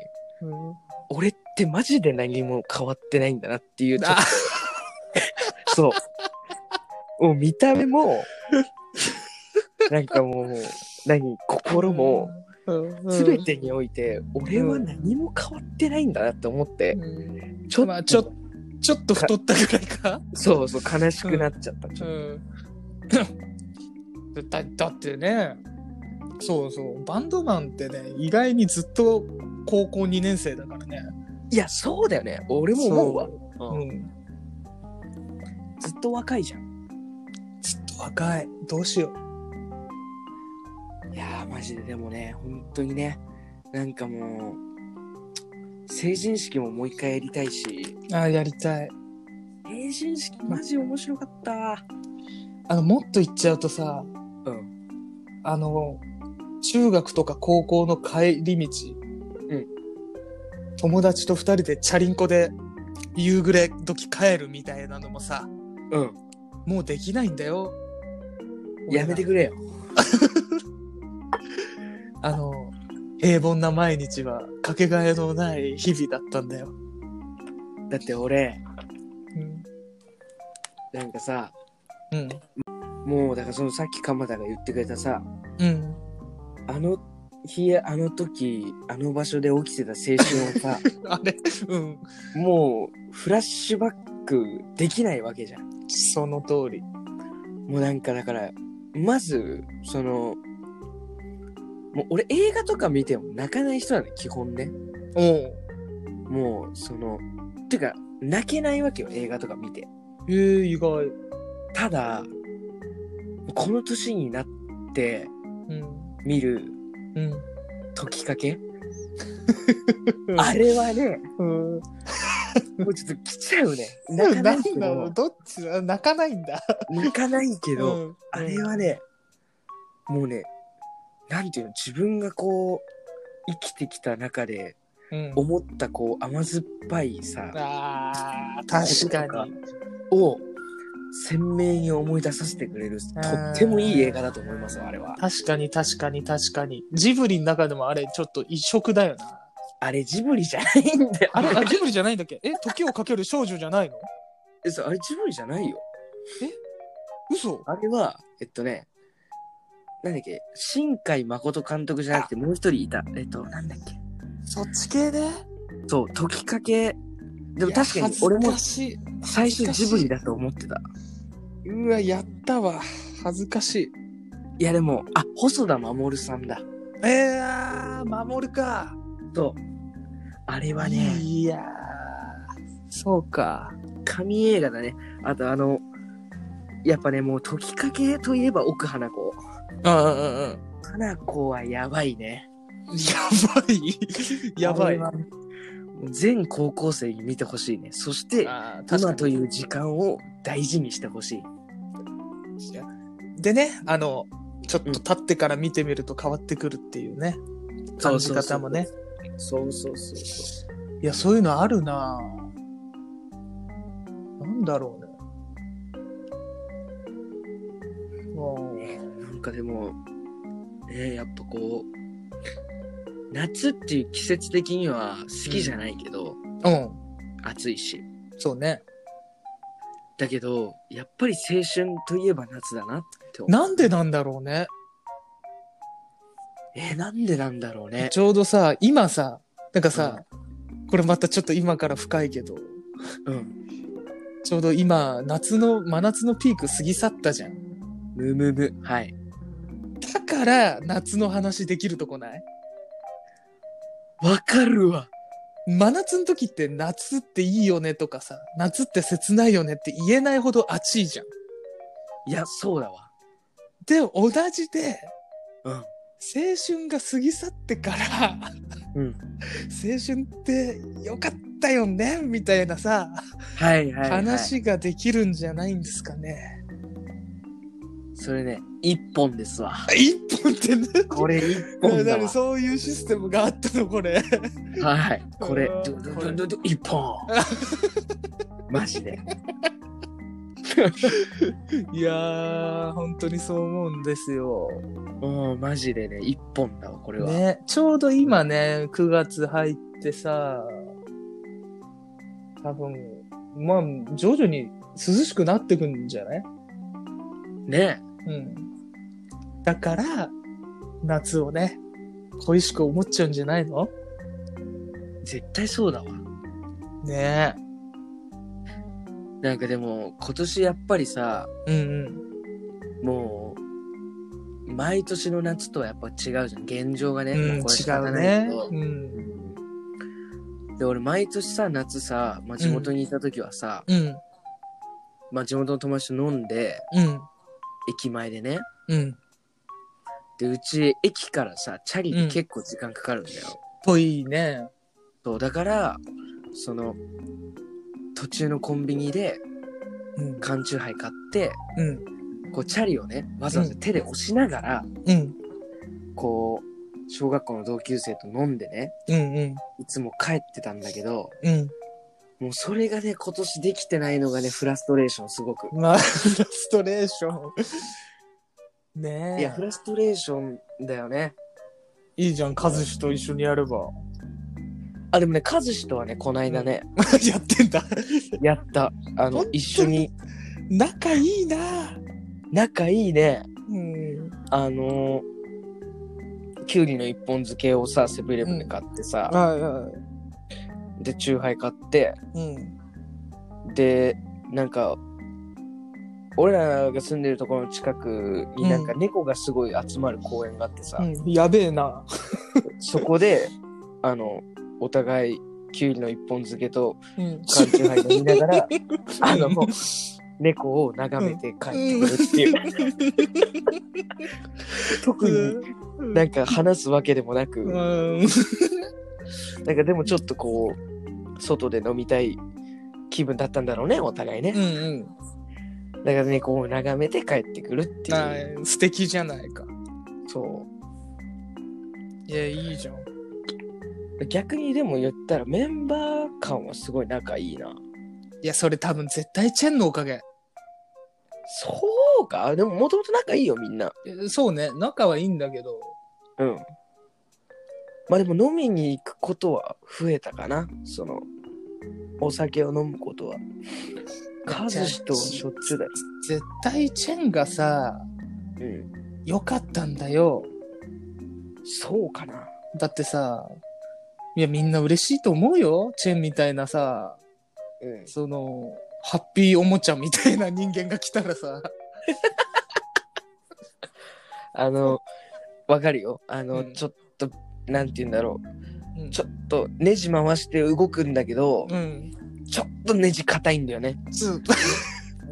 Speaker 2: 俺ってマジで何も変わってないんだなっていうちょっ
Speaker 1: あ、
Speaker 2: とそうもう見た目 もなんかもう何心も全てにおいて俺は何も変わってないんだなって思って
Speaker 1: うん。
Speaker 2: ちょっと,、
Speaker 1: まあ、ちょ、ちょっと太ったぐらいか。
Speaker 2: そうそう悲しくなっちゃった、ちょっ
Speaker 1: うん、だだってねそうそうバンドマンってね意外にずっと高校2年生だからね
Speaker 2: といやそうだよね俺も思うわ
Speaker 1: そう
Speaker 2: うん
Speaker 1: うん、
Speaker 2: ずっと若いじゃん
Speaker 1: ずっと若いどうしよ
Speaker 2: いやーマジででもね本当にねなんかもう成人式ももう一回やりたいし
Speaker 1: うあやりたい
Speaker 2: 成人式マジ面白かった
Speaker 1: あのもっと言っちゃうとさ
Speaker 2: うん
Speaker 1: あの中学とか高校の帰り道、
Speaker 2: うん
Speaker 1: 友達と2人でチャリンコで夕暮れ時帰るみたいなのもさ
Speaker 2: うん
Speaker 1: もうできないんだよ
Speaker 2: やめてくれよ
Speaker 1: あの、平凡な毎日はかけがえのない日々だったんだよ。
Speaker 2: だって俺
Speaker 1: うん。
Speaker 2: なんかさ
Speaker 1: うん。
Speaker 2: もうだからそのさっき鎌田が言ってくれたさ
Speaker 1: うん。
Speaker 2: あの日あの時あの場所で起きてた青春をさ
Speaker 1: あれうん。
Speaker 2: もうフラッシュバックできないわけじゃん
Speaker 1: その通り。
Speaker 2: もうなんかだからまずそのもう俺映画とか見ても泣かない人なのよ基本ね
Speaker 1: おう。
Speaker 2: もうそのてか泣けないわけよ映画とか見て
Speaker 1: えー、意外。
Speaker 2: ただこの年になって
Speaker 1: うん。
Speaker 2: 見る
Speaker 1: うん。
Speaker 2: 時かけあれはね
Speaker 1: うん。
Speaker 2: もうちょっと来ち ゃうね泣か
Speaker 1: な
Speaker 2: なんいけ
Speaker 1: だろうど
Speaker 2: ど
Speaker 1: っちあ泣かないんだ。
Speaker 2: 泣かないけ
Speaker 1: け
Speaker 2: ど、あれはね、もうねなんていうの自分がこう生きてきた中で
Speaker 1: うん。
Speaker 2: 思ったこう甘酸っぱいさ
Speaker 1: ああ、確かに。
Speaker 2: を鮮明に思い出させてくれる
Speaker 1: あ
Speaker 2: と
Speaker 1: ー
Speaker 2: ってもいい映画だと思いますよあれは
Speaker 1: 確かに確かに確かに。ジブリの中でもあれちょっと異色だよな。
Speaker 2: あれジブリじゃないんだよ
Speaker 1: あれあジブリじゃないんだっけえ、時をかける少女じゃないの
Speaker 2: えそうあれジブリじゃないよ
Speaker 1: 嘘
Speaker 2: あれは、えっとね、なんだっけ、新海誠監督じゃなくてもう一人いた。えっと、なんだっけ。
Speaker 1: そっち系ね
Speaker 2: そう、時きかけ。で
Speaker 1: で
Speaker 2: も確かに俺も
Speaker 1: しい
Speaker 2: 最初ジブリ
Speaker 1: だ
Speaker 2: だと思ってた。
Speaker 1: うわやったわ恥ずかしい
Speaker 2: いやでも、あ、細田守さんだ。
Speaker 1: えー、守るか
Speaker 2: そう。あれはね、
Speaker 1: いやーそうか
Speaker 2: 神映画だね。あとあの、やっぱね、もう時きかけといえば奥花子。
Speaker 1: うんうんうん
Speaker 2: 花子はやばいね。
Speaker 1: やばいや ばい
Speaker 2: あれはもう全高校生に見てほしいね。そして、
Speaker 1: あー確か
Speaker 2: 今
Speaker 1: に
Speaker 2: という時間を大事にしてほしい。
Speaker 1: でねあのちょっと立ってから見てみると変わってくるっていうね感じ方もね
Speaker 2: そうそうそうそ
Speaker 1: いやそういうのあるななんだろうねも
Speaker 2: う。ね、なんかでも、ね、やっぱこう、夏っていう季節的には好きじゃないけど、
Speaker 1: ううん
Speaker 2: 暑いし。
Speaker 1: そうね
Speaker 2: だけど、やっぱり青春といえば夏だなって思う。
Speaker 1: なんでなんだろうね
Speaker 2: えー、なんでなんだろうね。
Speaker 1: ちょうどさ今さなんかさ、これまたちょっと今から深いけど
Speaker 2: うん。
Speaker 1: ちょうど今夏の真夏のピーク過ぎ去ったじゃん
Speaker 2: むむむ。はい。
Speaker 1: だから夏の話できるとこない
Speaker 2: わかるわ。
Speaker 1: 真夏の時って夏っていいよねとかさ、夏って切ないよねって言えないほど暑いじゃん。
Speaker 2: いや、そうだわ。
Speaker 1: で、同じで、
Speaker 2: うん。
Speaker 1: 青春が過ぎ去ってから、
Speaker 2: うん
Speaker 1: 青春って良かったよねみたいなさ、
Speaker 2: はいはい、はい。。
Speaker 1: 話ができるんじゃないんですかね。
Speaker 2: それね、一本ですわ。
Speaker 1: あ一本ってね。
Speaker 2: これ一本だ
Speaker 1: 何
Speaker 2: わ。
Speaker 1: そういうシステムがあったのこれ。
Speaker 2: はい。これ
Speaker 1: う、ん
Speaker 2: どど
Speaker 1: これ
Speaker 2: どどど一本。マジで。
Speaker 1: いやー、本当にそう思うんですよ。
Speaker 2: うん、マジでね、一本だわ、これは。
Speaker 1: ね、ちょうど今ね、9月入ってさ、多分、まあ、徐々に涼しくなってくんじゃない
Speaker 2: ね。
Speaker 1: うん。だから、夏をね、恋しく思っちゃうんじゃないの
Speaker 2: 絶対そうだわ。
Speaker 1: ね
Speaker 2: なんかでも、今年やっぱりさ、
Speaker 1: え。うん
Speaker 2: もう、毎年の夏とはやっぱ違うじゃん。現状がね、
Speaker 1: うん。うん、違
Speaker 2: もこれ仕方
Speaker 1: う
Speaker 2: ない
Speaker 1: ね
Speaker 2: け。ど
Speaker 1: うん。
Speaker 2: で、俺毎年さ、夏さ、まあ、地元にいた時はさ、
Speaker 1: うん。
Speaker 2: まあ、地元の友達と飲んで、
Speaker 1: うん。
Speaker 2: 駅前でね。
Speaker 1: うん。
Speaker 2: で、うち、駅からさ、チャリで結構時間かかるんだよ。
Speaker 1: ぽいね。
Speaker 2: そうだからその途中のコンビニで
Speaker 1: うん。
Speaker 2: 缶チューハイ買って
Speaker 1: うん。
Speaker 2: こうチャリをねわざわざ手で押しながら、
Speaker 1: うん。
Speaker 2: こう小学校の同級生と飲んでね
Speaker 1: うん。うん。
Speaker 2: いつも帰ってたんだけど
Speaker 1: うん。
Speaker 2: もうそれがね今年できてないのがねフラストレーションすごく
Speaker 1: まあ、フラストレーション。ねえ。
Speaker 2: いやフラストレーションだよね
Speaker 1: いいじゃん、和志と一緒にやれば。
Speaker 2: あでもね和志とはねこないだね、
Speaker 1: やってんだ。
Speaker 2: やったあの
Speaker 1: 本当に
Speaker 2: 一緒に
Speaker 1: 仲いいな。
Speaker 2: 仲いいね
Speaker 1: うん。
Speaker 2: あのきゅうりの一本漬けをさセブンイレブンで買ってさ、
Speaker 1: はいはい。
Speaker 2: でチューハイ買って
Speaker 1: うん。
Speaker 2: でなんか俺らが住んでるところの近くになんか
Speaker 1: う
Speaker 2: 猫がすごい集まる公園があってさ、
Speaker 1: うん、やべえな。
Speaker 2: そこであのお互いきゅうりの一本漬けと
Speaker 1: うん。
Speaker 2: 缶チューハイ飲みな がらあの猫を眺めて帰ってくるっていう、特に
Speaker 1: うん
Speaker 2: なんか話すわけでもなく、
Speaker 1: うん。
Speaker 2: なんかでもちょっとこう外で飲みたい気分だったんだろうねお互いね、
Speaker 1: うん
Speaker 2: だから猫を眺めて帰ってくるっていう、
Speaker 1: はい。素敵じゃないか。
Speaker 2: そう
Speaker 1: いや、いいじゃん。
Speaker 2: 逆にでも言ったらメンバー感はすごい仲いいな。
Speaker 1: いや、それ多分絶対チェンのおかげ。
Speaker 2: そうかでももともと仲いいよみんな。
Speaker 1: えそうね、仲はいいんだけど。
Speaker 2: うん。まあでも飲みに行くことは増えたかな。そのお酒を飲むことは。カズシとはしょっちゅうだよ。
Speaker 1: 絶対チェンがさ、
Speaker 2: うん。
Speaker 1: 良かったんだよ。
Speaker 2: そうかな。
Speaker 1: だってさ、いや、みんな嬉しいと思うよ。チェンみたいなさ、
Speaker 2: うん。
Speaker 1: その、ハッピーおもちゃみたいな人間が来たらさ、
Speaker 2: あの、わかるよ。あの、
Speaker 1: うん
Speaker 2: ちょっと、なんて言うんだろ
Speaker 1: うん
Speaker 2: う。ちょっと、ネジ回して動くんだけど、
Speaker 1: うん。
Speaker 2: ちょっとネジ硬いんだよね。
Speaker 1: ちょっ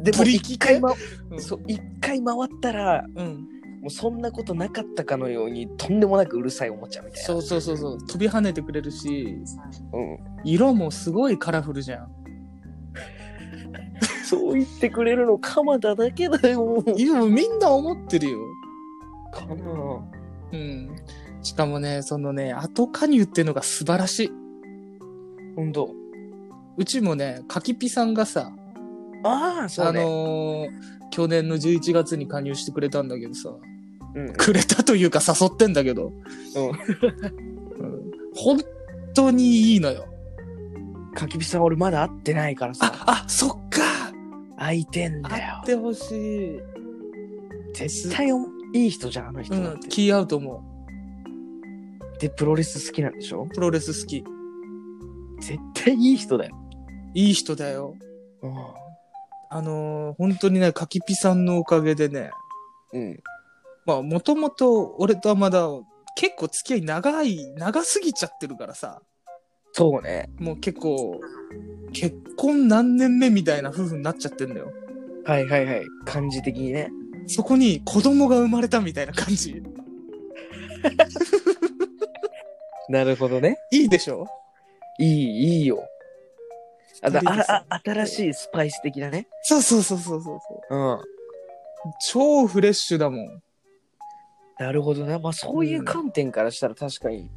Speaker 2: でも、
Speaker 1: ブリ
Speaker 2: 一回、ま
Speaker 1: うん
Speaker 2: そう、一回回ったら、
Speaker 1: と、うん。
Speaker 2: もうそんなことなかったかのように、とんでもなくうるさいおもちゃみたいな。
Speaker 1: そうそうそうそう。飛び跳ねてくれるし、
Speaker 2: うん。
Speaker 1: 色もすごいカラフルじゃん。
Speaker 2: そう言ってくれるの、鎌田だけだよ。
Speaker 1: いや、もうみんな思ってるよ。
Speaker 2: かな
Speaker 1: うん。しかもね、そのね、後加入っていうのが素晴らしい。
Speaker 2: ほんと。
Speaker 1: うちもね、かきぴさんがさ、
Speaker 2: ああ、そ
Speaker 1: あ
Speaker 2: うね。
Speaker 1: のー去年の11月に加入してくれたんだけどさ、
Speaker 2: うん
Speaker 1: くれたというか誘ってんだけど、うん本当にいいのよ。
Speaker 2: かきびさん俺まだ会ってないからさ
Speaker 1: あ、あ、そっか
Speaker 2: 会いてんだ
Speaker 1: 会
Speaker 2: よ
Speaker 1: ってほしい。
Speaker 2: 絶対おいい人じゃんあの人
Speaker 1: う
Speaker 2: なん
Speaker 1: ん、
Speaker 2: て、
Speaker 1: 気合うと思
Speaker 2: でプロレス好きなんでしょ
Speaker 1: う。プロレス好き。
Speaker 2: 絶対いい人だよ、
Speaker 1: いい人だよ。あのー本当にね、かきぴさんのおかげでね、
Speaker 2: うん
Speaker 1: まあ、もともと俺とはまだ結構付き合い長い、長すぎちゃってるからさ、
Speaker 2: そうね
Speaker 1: もう結構、結婚何年目みたいな夫婦になっちゃってんだよ。
Speaker 2: はいはいはい感じ的にね
Speaker 1: そこに子供が生まれたみたいな感じ。
Speaker 2: なるほどね
Speaker 1: いいでしょ
Speaker 2: いいいいよあだ
Speaker 1: 二人
Speaker 2: あ
Speaker 1: でさ
Speaker 2: らあ新しいスパイス的なね
Speaker 1: そうそうそうそうそうそう。
Speaker 2: うん
Speaker 1: 超フレッシュだもん。
Speaker 2: なるほどねまあそういう観点からしたら確かに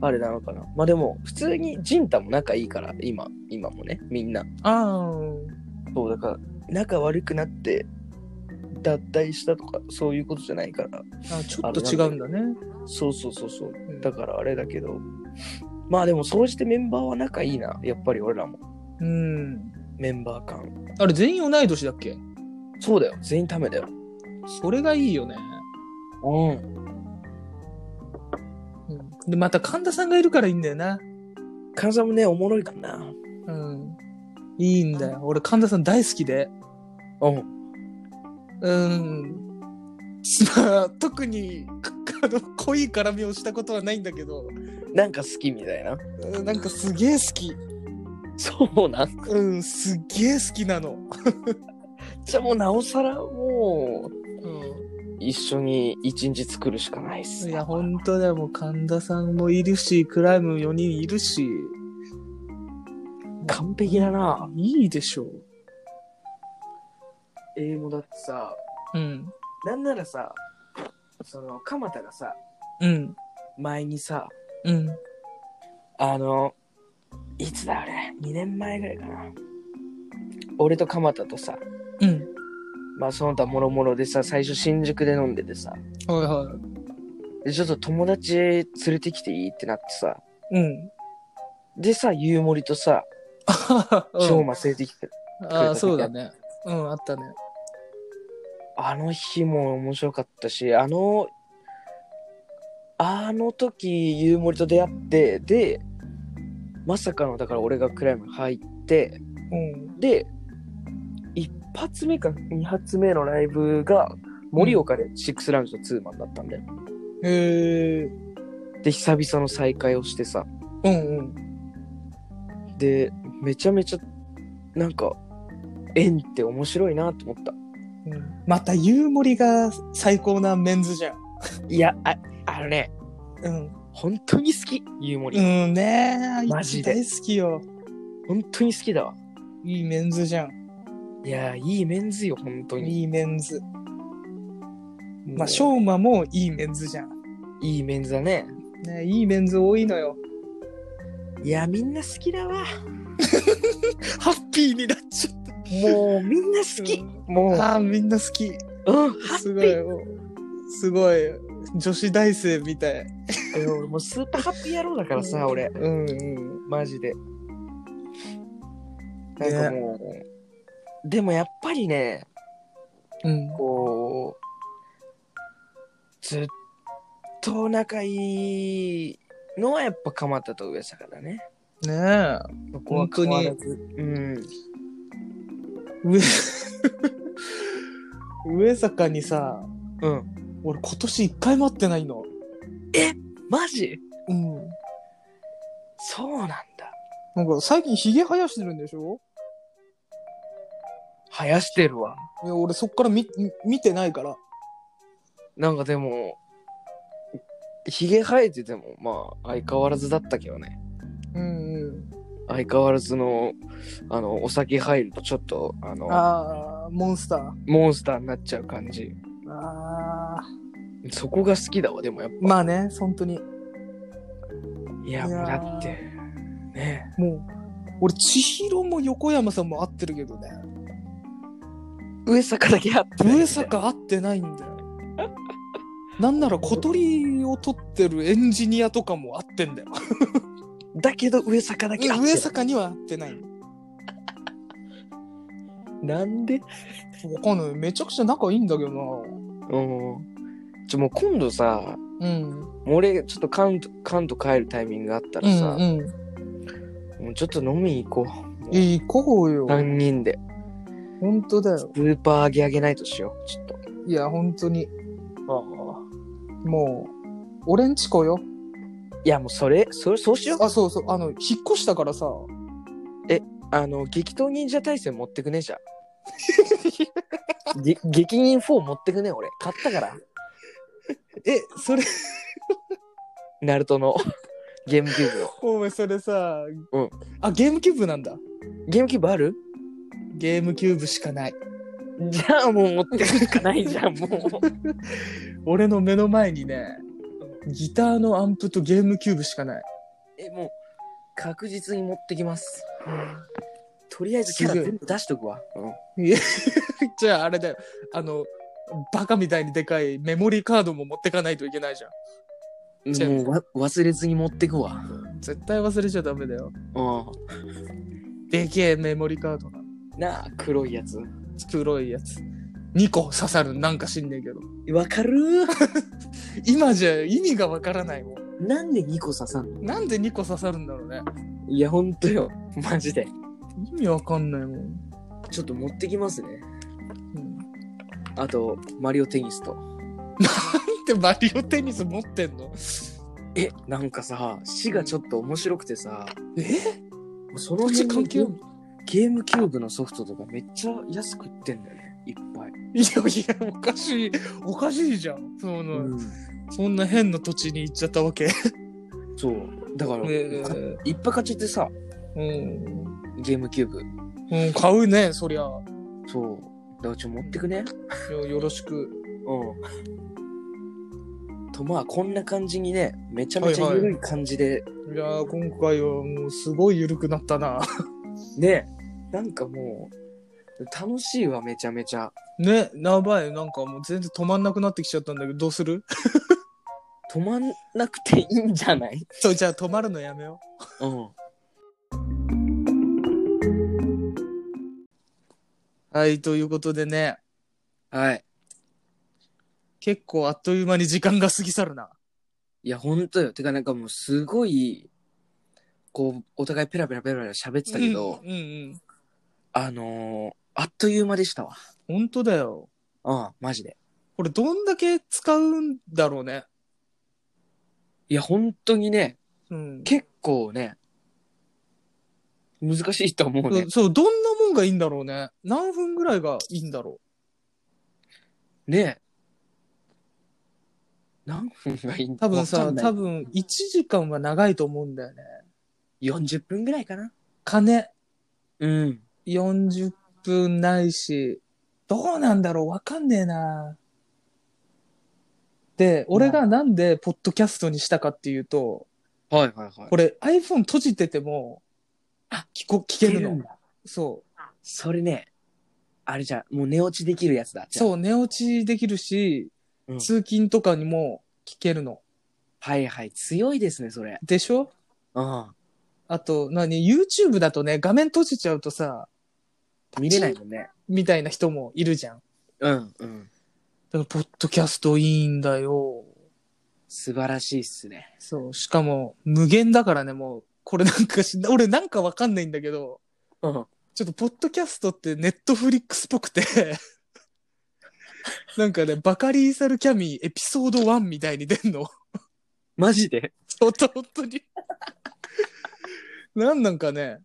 Speaker 2: あれなのかな、まあでも普通にジンタも仲いいから今今もねみんな
Speaker 1: あ
Speaker 2: そうだから仲悪くなって脱退したとかそういうことじゃないから
Speaker 1: ーあ、ちょっと違うんだね。
Speaker 2: そうそうそうそう
Speaker 1: うん
Speaker 2: だからあれだけどまあでも総じてメンバーは仲いいなやっぱり俺らも
Speaker 1: うん。
Speaker 2: メンバー間
Speaker 1: あれ、全員同い年だっけ
Speaker 2: そうだよ全員ためだよ
Speaker 1: それがいいよね。
Speaker 2: うん
Speaker 1: うん、で、また神田さんがいるからいいんだよな。
Speaker 2: 金沢もねおもろいかな
Speaker 1: うん。いいんだよ。俺、神田さん大好きで。
Speaker 2: うん
Speaker 1: うん。まあ、特に、あの、濃い絡みをしたことはないんだけど、
Speaker 2: なんか好きみたいな
Speaker 1: うんなんかすげえ好き。
Speaker 2: そうなん
Speaker 1: うん、すっげえ好きなの。
Speaker 2: じゃあもうなおさらもう
Speaker 1: う
Speaker 2: 一緒に一日作るしかないっす
Speaker 1: いや、ほんとだよ。もう神田さんもいるし、クライム4人いるし、
Speaker 2: 完璧だない
Speaker 1: いでしょう。
Speaker 2: えもうだってさ
Speaker 1: うん。
Speaker 2: なんならさその鎌田がさ
Speaker 1: うん。
Speaker 2: 前にさ
Speaker 1: うん。
Speaker 2: あのいつだあれ2年前ぐらいかな俺と鎌田とさ
Speaker 1: うん。
Speaker 2: まあその他もろもろでさ最初新宿で飲んでてさ
Speaker 1: はいは
Speaker 2: でちょっと友達連れてきていいってなってさ
Speaker 1: い。うん。
Speaker 2: でさゆうもりとさ
Speaker 1: あはは
Speaker 2: しょう
Speaker 1: は
Speaker 2: ま連れてきて、
Speaker 1: うんあー、そうだね。うん、あったね。
Speaker 2: あの日も面白かったしあのあの時ゆうもりと出会ってでまさかのだから俺がクライム入って
Speaker 1: うん。
Speaker 2: で一発目か二発目のライブが盛岡でシックスラウンジのツーマンだったんだよ、
Speaker 1: へえ。
Speaker 2: で久々の再会をしてさ
Speaker 1: うんうん。
Speaker 2: でめちゃめちゃなんか縁って面白いなと思った
Speaker 1: うんまたユーモリが最高なメンズじゃん。
Speaker 2: いやああのね
Speaker 1: うん。
Speaker 2: 本当に好きユーモリ、
Speaker 1: うんねえ。
Speaker 2: マジで
Speaker 1: 大好きよ。
Speaker 2: 本当に好きだわ
Speaker 1: いいメンズじゃん。
Speaker 2: いやいいメンズよ本当に
Speaker 1: いいメンズ。まあ、し
Speaker 2: う
Speaker 1: ょうまもいいメンズじゃん。
Speaker 2: いいメンズだね
Speaker 1: ねえいいメンズ多いのよ。
Speaker 2: いやみんな好きだわ
Speaker 1: ハッピーになっちゃっ
Speaker 2: もうみんな好き、も
Speaker 1: ああ、みんな好き。
Speaker 2: ううん
Speaker 1: すごい。すごい。女子大生みたい。
Speaker 2: え俺もうスーパーハッピー野郎だからさ俺
Speaker 1: うんうん。
Speaker 2: マジで。なんかもう、でもやっぱりね、
Speaker 1: うん。
Speaker 2: こう、ずっと仲いいのはやっぱ鎌田と上坂だね。
Speaker 1: ねえ。
Speaker 2: そこは変わらず。うん。
Speaker 1: 上、 上坂にさ、
Speaker 2: うん。
Speaker 1: 俺今年一回も会ってないの。
Speaker 2: マジ
Speaker 1: うん。
Speaker 2: そうなんだ。
Speaker 1: なんか最近ヒゲ生やしてるんでしょ
Speaker 2: 生やしてるわ。
Speaker 1: いや、俺そっから見、見てないから。
Speaker 2: なんかでも、ひげ生えてても、まあ、相変わらずだったけどね。
Speaker 1: うんうん。
Speaker 2: 相変わらずの、あの、お酒入るとちょっと、あの、
Speaker 1: ああ、モンスター。
Speaker 2: モンスターになっちゃう感じ。
Speaker 1: ああ。
Speaker 2: そこが好きだわ、でもやっぱ。
Speaker 1: まあね、本当に。
Speaker 2: いや、
Speaker 1: いや
Speaker 2: もう
Speaker 1: ー
Speaker 2: だって、ね
Speaker 1: もう、俺、千尋も横山さんも会ってるけどね。
Speaker 2: 上坂だけあってないんだよ
Speaker 1: 上坂会ってないんだ よ。なんなら小鳥を取ってるエンジニアとかも会ってんだよ。
Speaker 2: だけど上坂だけあ ってない
Speaker 1: 上坂には会ってない。
Speaker 2: なんで
Speaker 1: わかんない。めちゃくちゃ仲いいんだけどな。
Speaker 2: うん。ちょ、もう今度さ、
Speaker 1: うん。
Speaker 2: 俺、ちょっと関東、関東帰るタイミングがあった
Speaker 1: う
Speaker 2: らさ、
Speaker 1: んうん。
Speaker 2: もうちょっと飲みに行こう。
Speaker 1: 行こうよ。
Speaker 2: 3人で。
Speaker 1: 本当だよ。
Speaker 2: スーパーアゲアゲナイトしよう、ちょっと。
Speaker 1: いや、本当に。もう、俺んち来よ。
Speaker 2: いや、もうそれ、それ、そうしよう。
Speaker 1: あ、そうそう。あの、引っ越したからさ。
Speaker 2: あの、激闘忍者大戦持ってく ね、じゃあ。げ激忍4持ってくね、俺。買ったから。
Speaker 1: え、それ、
Speaker 2: ナルトのゲームキューブの。
Speaker 1: お前それさ。
Speaker 2: うん。
Speaker 1: あ、ゲームキューブなんだ。
Speaker 2: ゲームキューブある
Speaker 1: ゲームキューブしかない。
Speaker 2: じゃあもう持ってくしかないじゃん、もう。
Speaker 1: 俺の目の前にね、ギターのアンプとゲームキューブしかない。
Speaker 2: え、もう、確実に持ってきます。とりあえずキャラ全部出しとくわ。
Speaker 1: じゃあ、あれだよ。あの、バカみたいにでかいメモリーカードも持ってかないといけないじゃん。
Speaker 2: うん
Speaker 1: じゃあ
Speaker 2: もうわ忘れずに持ってくわ。
Speaker 1: 絶対忘れちゃダメだよ。
Speaker 2: う
Speaker 1: でけえメモリーカードな。
Speaker 2: ん。なあ、黒いやつ。
Speaker 1: 黒いやつ。2個刺さるなんか知んねえけど。
Speaker 2: わかるー
Speaker 1: 今じゃ意味がわからないもん。
Speaker 2: なんで2個刺さんの
Speaker 1: なんで2個刺さるんだろうね。
Speaker 2: いや、ほんとよ。マジで。
Speaker 1: 意味わかんないもん。
Speaker 2: ちょっと持ってきますね。
Speaker 1: うん、
Speaker 2: あと、マリオテニスと。
Speaker 1: なんでマリオテニス持ってんの
Speaker 2: え、なんかさ、死がちょっと面白くてさ、
Speaker 1: え
Speaker 2: その
Speaker 1: こっち
Speaker 2: 辺の
Speaker 1: 関係あ
Speaker 2: ゲ
Speaker 1: る
Speaker 2: ゲームキューブのソフトとかめっちゃ安く売ってんだよね。いっぱい。
Speaker 1: いやいや、おかしい。おかしいじゃん。その、
Speaker 2: うん
Speaker 1: そんな変な土地に行っちゃったわけ。
Speaker 2: そう。だから、か
Speaker 1: え
Speaker 2: いっぱい買っちゃってさ、
Speaker 1: うん。
Speaker 2: ゲームキューブ。
Speaker 1: うん、買うね、そりゃ。よ
Speaker 2: そう。だからちょ、持ってくね。
Speaker 1: よろしく。
Speaker 2: うん。と、まあ、こんな感じにね、めちゃめちゃ
Speaker 1: はいはい
Speaker 2: 緩い感じで、
Speaker 1: いやー、今回はもうすごい緩くなったな。
Speaker 2: ね、なんかもう、楽しいわ、めちゃめちゃ。
Speaker 1: ね、やばい。なんかもう全然止まんなくなってきちゃったんだけど、どうする
Speaker 2: 止まんなくていいんじゃない
Speaker 1: そう、じゃあ止まるのやめよう。
Speaker 2: うん。
Speaker 1: はい、ということでね、
Speaker 2: はい。
Speaker 1: 結構あっという間に時間が過ぎ去るな。
Speaker 2: いや、ほんとよ。てか、なんかもう、すごい、こう、お互いペラペラペラペラ喋ってたけど、
Speaker 1: うん、うんうん。
Speaker 2: あのー、あっという間でしたわ。
Speaker 1: 本当だよ。
Speaker 2: うん、マジで。
Speaker 1: これどんだけ使うんだろうね。
Speaker 2: いや、本当にね、
Speaker 1: うん。
Speaker 2: 結構ね、難しいと思うね。
Speaker 1: そう、どんなもんがいいんだろうね。何分ぐらいがいいんだろ
Speaker 2: ねえ。何分がいいん
Speaker 1: う。多分さ、多
Speaker 2: 分。
Speaker 1: 分1時間は長いと思うんだよね。
Speaker 2: 40分ぐらいかな。
Speaker 1: 金
Speaker 2: うん。
Speaker 1: 40分ないし、どうなんだろうわかんねえな。で、俺がなんでポッドキャストにしたかっていうと、
Speaker 2: はいはいはい。
Speaker 1: これ iPhone 閉じてても、
Speaker 2: あ
Speaker 1: 聞こ、聞
Speaker 2: い
Speaker 1: け
Speaker 2: け
Speaker 1: る
Speaker 2: る
Speaker 1: の
Speaker 2: ん。だ。
Speaker 1: そ
Speaker 2: それね、あれじゃ、もう寝落ちできるやつだ。
Speaker 1: う。そう、寝落ちできるし、
Speaker 2: うん
Speaker 1: 通勤とかにも聞けるの。
Speaker 2: はいはい。強いですね、それ。
Speaker 1: でしょ
Speaker 2: うん。
Speaker 1: あと、何 ?YouTube だとね、画面閉じちゃうとさ、
Speaker 2: 見れないもんね。
Speaker 1: みたいな人もいるじゃん。だ
Speaker 2: うんうん。
Speaker 1: から、ポッドキャストいいんだよ。
Speaker 2: 素晴らしいっすね。
Speaker 1: そう、しかも、無限だからね、もう、これなんかし、俺なんかわかんないんだけど、
Speaker 2: うん。
Speaker 1: ちょっと、ポッドキャストってネットフリックスっぽくて、 なんかね、バカリーサルキャミーエピソード1みたいに出んの。
Speaker 2: マジで
Speaker 1: 本当本当に。なんなんかね、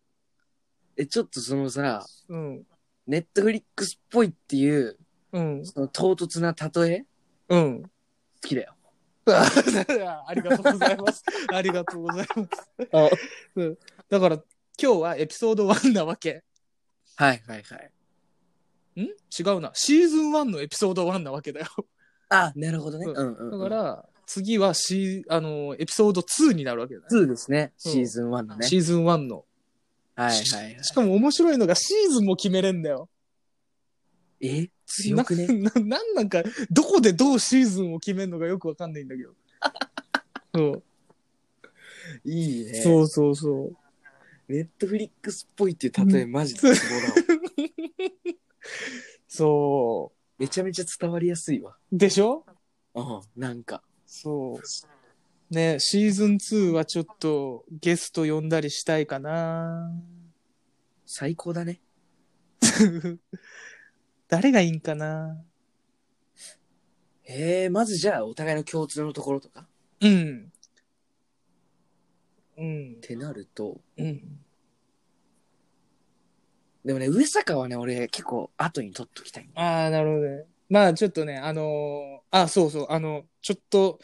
Speaker 2: え、ちょっとそのさ、
Speaker 1: うん、
Speaker 2: ネットフリックスっぽいっていう、
Speaker 1: うん、
Speaker 2: その唐突な例え
Speaker 1: うん。
Speaker 2: 好きだよ。
Speaker 1: ありがとうございます。ありがとうございます。だから、今日はエピソード1なわけ。
Speaker 2: はいはいはい。
Speaker 1: ん違うな。シーズン1のエピソード1なわけだよ。
Speaker 2: あ、なるほどね。
Speaker 1: うん
Speaker 2: うんうん、う
Speaker 1: だ
Speaker 2: ん。
Speaker 1: から、次はシー、あの、エピソード2になるわけだね。
Speaker 2: 2ですね。
Speaker 1: そう
Speaker 2: シーズン1のね。
Speaker 1: シーズン1の。
Speaker 2: はいはいはい。
Speaker 1: しかも面白いのがシーズンも決めれんだよ。
Speaker 2: え強くね
Speaker 1: な、 ななんなんか、どこでどうシーズンを決めるのかよくわかんないんだけ ど。そう
Speaker 2: いいね。う。
Speaker 1: そうそうそう。
Speaker 2: ネットフリックスっぽいっていう例えマジでツボだわ。
Speaker 1: そ
Speaker 2: めちゃめちゃ伝わりやすいわ。
Speaker 1: う。でしょ
Speaker 2: うん。なんか。
Speaker 1: そう。ね、シーズン2はちょっとゲスト呼んだりしたいかな。
Speaker 2: 最高だね。
Speaker 1: 誰がいいんかな。
Speaker 2: えー、まずじゃあお互いの共通のところとかっ
Speaker 1: うん。うん。
Speaker 2: てなると、
Speaker 1: うん。
Speaker 2: でもね、上坂はね、俺結構後に取っときたい。
Speaker 1: ああ、なるほどね。まあちょっとね、あのーあ、そうそう、あの、ちょっと、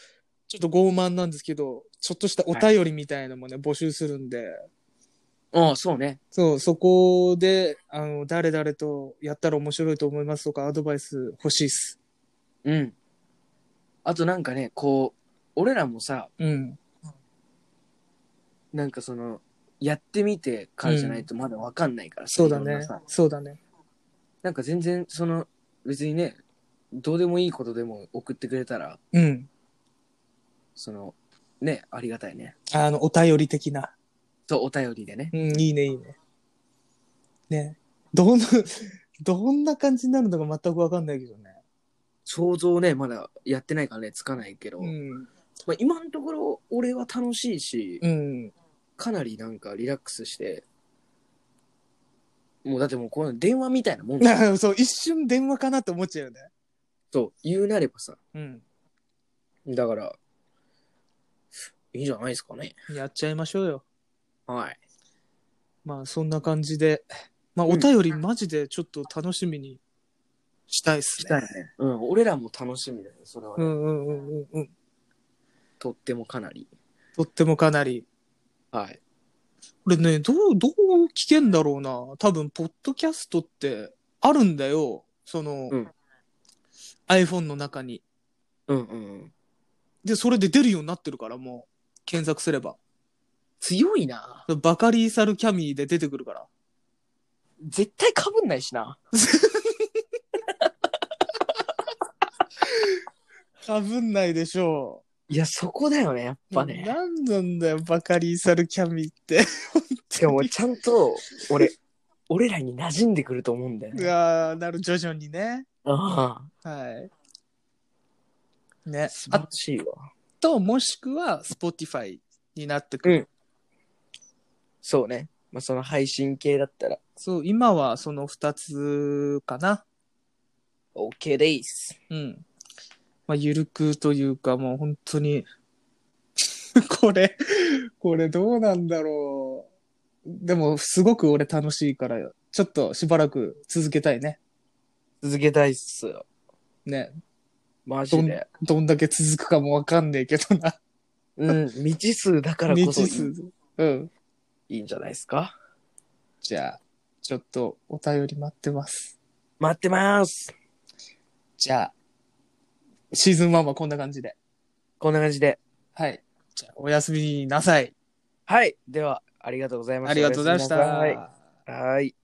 Speaker 1: ちょっと傲慢なんですけど、ちょっとしたお便りみたいのもね、募集するんで、
Speaker 2: うん、そうね。
Speaker 1: そう、そこで、あの、誰々とやったら面白いと思いますとか、アドバイス欲しいっす。
Speaker 2: うん。あとなんかね、こう、俺らもさ、
Speaker 1: うん。
Speaker 2: なんかその、やってみてからじゃないとまだわかんないからさ、
Speaker 1: そうだ
Speaker 2: いろん
Speaker 1: ね
Speaker 2: なさ。
Speaker 1: そうだね。
Speaker 2: なんか全然、その、別にね、どうでもいいことでも送ってくれたら、
Speaker 1: うん。
Speaker 2: その、ね、ありがたいね。
Speaker 1: あの、お便り的な。
Speaker 2: と、お便りでね。
Speaker 1: うん、いいね、いいね。ね。どんな、 どんな感じになるのか全くわかんないけどね。
Speaker 2: 想像ね、まだやってないからね、つかないけど、
Speaker 1: うん。
Speaker 2: まあ、今のところ俺は楽しいし、
Speaker 1: うん。
Speaker 2: かなりなんかリラックスして、もうだってもうこの電話みたいなもんだよ。
Speaker 1: な そう、一瞬電話かなって思っちゃうよね。
Speaker 2: と言うなればさ、
Speaker 1: うん。
Speaker 2: だから、いいんじゃないですかね。
Speaker 1: やっちゃいましょうよ。
Speaker 2: はい。
Speaker 1: まあ、そんな感じで。まあ、お便りマジでちょっと楽しみにしたいっすね。
Speaker 2: いね。うん、俺らも楽しみだよ、それは
Speaker 1: う
Speaker 2: ね、
Speaker 1: んうんうんうんうん。
Speaker 2: とってもかなり。
Speaker 1: とってもかなり。
Speaker 2: はい。
Speaker 1: これね、どう、どう聞けんだろうな。多分、ポッドキャストってあるんだよ。その、
Speaker 2: うん
Speaker 1: iPhone の中に。
Speaker 2: うんうんうん。
Speaker 1: で、それで出るようになってるから、もう、検索すれば。
Speaker 2: 強いな。
Speaker 1: バカリーサルキャミーで出てくるから。
Speaker 2: 絶対かぶんないしな。
Speaker 1: かぶんないでしょ
Speaker 2: いや、そこだよね、やっ
Speaker 1: う。
Speaker 2: ぱね。
Speaker 1: なんなんだよ、バカリーサルキャミーって。
Speaker 2: しかも、ちゃんと、俺、俺らに馴染んでくると思うんだよ
Speaker 1: う
Speaker 2: ね。
Speaker 1: わーなる、徐々にね。
Speaker 2: あ
Speaker 1: はい。
Speaker 2: あ、
Speaker 1: ね。
Speaker 2: 素晴
Speaker 1: あ
Speaker 2: らしいわ。
Speaker 1: と、もしくは、Spotify になってくる。
Speaker 2: うんそうね。まあ、その配信系だったら、
Speaker 1: そう、今はその2つかな。
Speaker 2: OK です。
Speaker 1: うん。まあ、ゆるくというか、もう本当に、 これ、これどうなんだろう。でも、すごく俺楽しいから、ちょっとしばらく続けたいね。
Speaker 2: 続けたいっすよ。
Speaker 1: ね。
Speaker 2: マジ
Speaker 1: どん
Speaker 2: で。、
Speaker 1: どんだけ続くかもわかんねえけどな。
Speaker 2: うん。未知数だからこそい
Speaker 1: 未知
Speaker 2: い
Speaker 1: 数。うん。
Speaker 2: いいんじゃないですか。
Speaker 1: じゃあ、ちょっとお便り待ってます。
Speaker 2: 待ってます。
Speaker 1: じゃあ、シーズン1はこんな感じで。
Speaker 2: こんな感じで。
Speaker 1: はい。じゃあ、おやすみなさい。
Speaker 2: はい。では、ありがとうございました。
Speaker 1: ありがとうございまし
Speaker 2: おやすみな
Speaker 1: た。
Speaker 2: さいはい。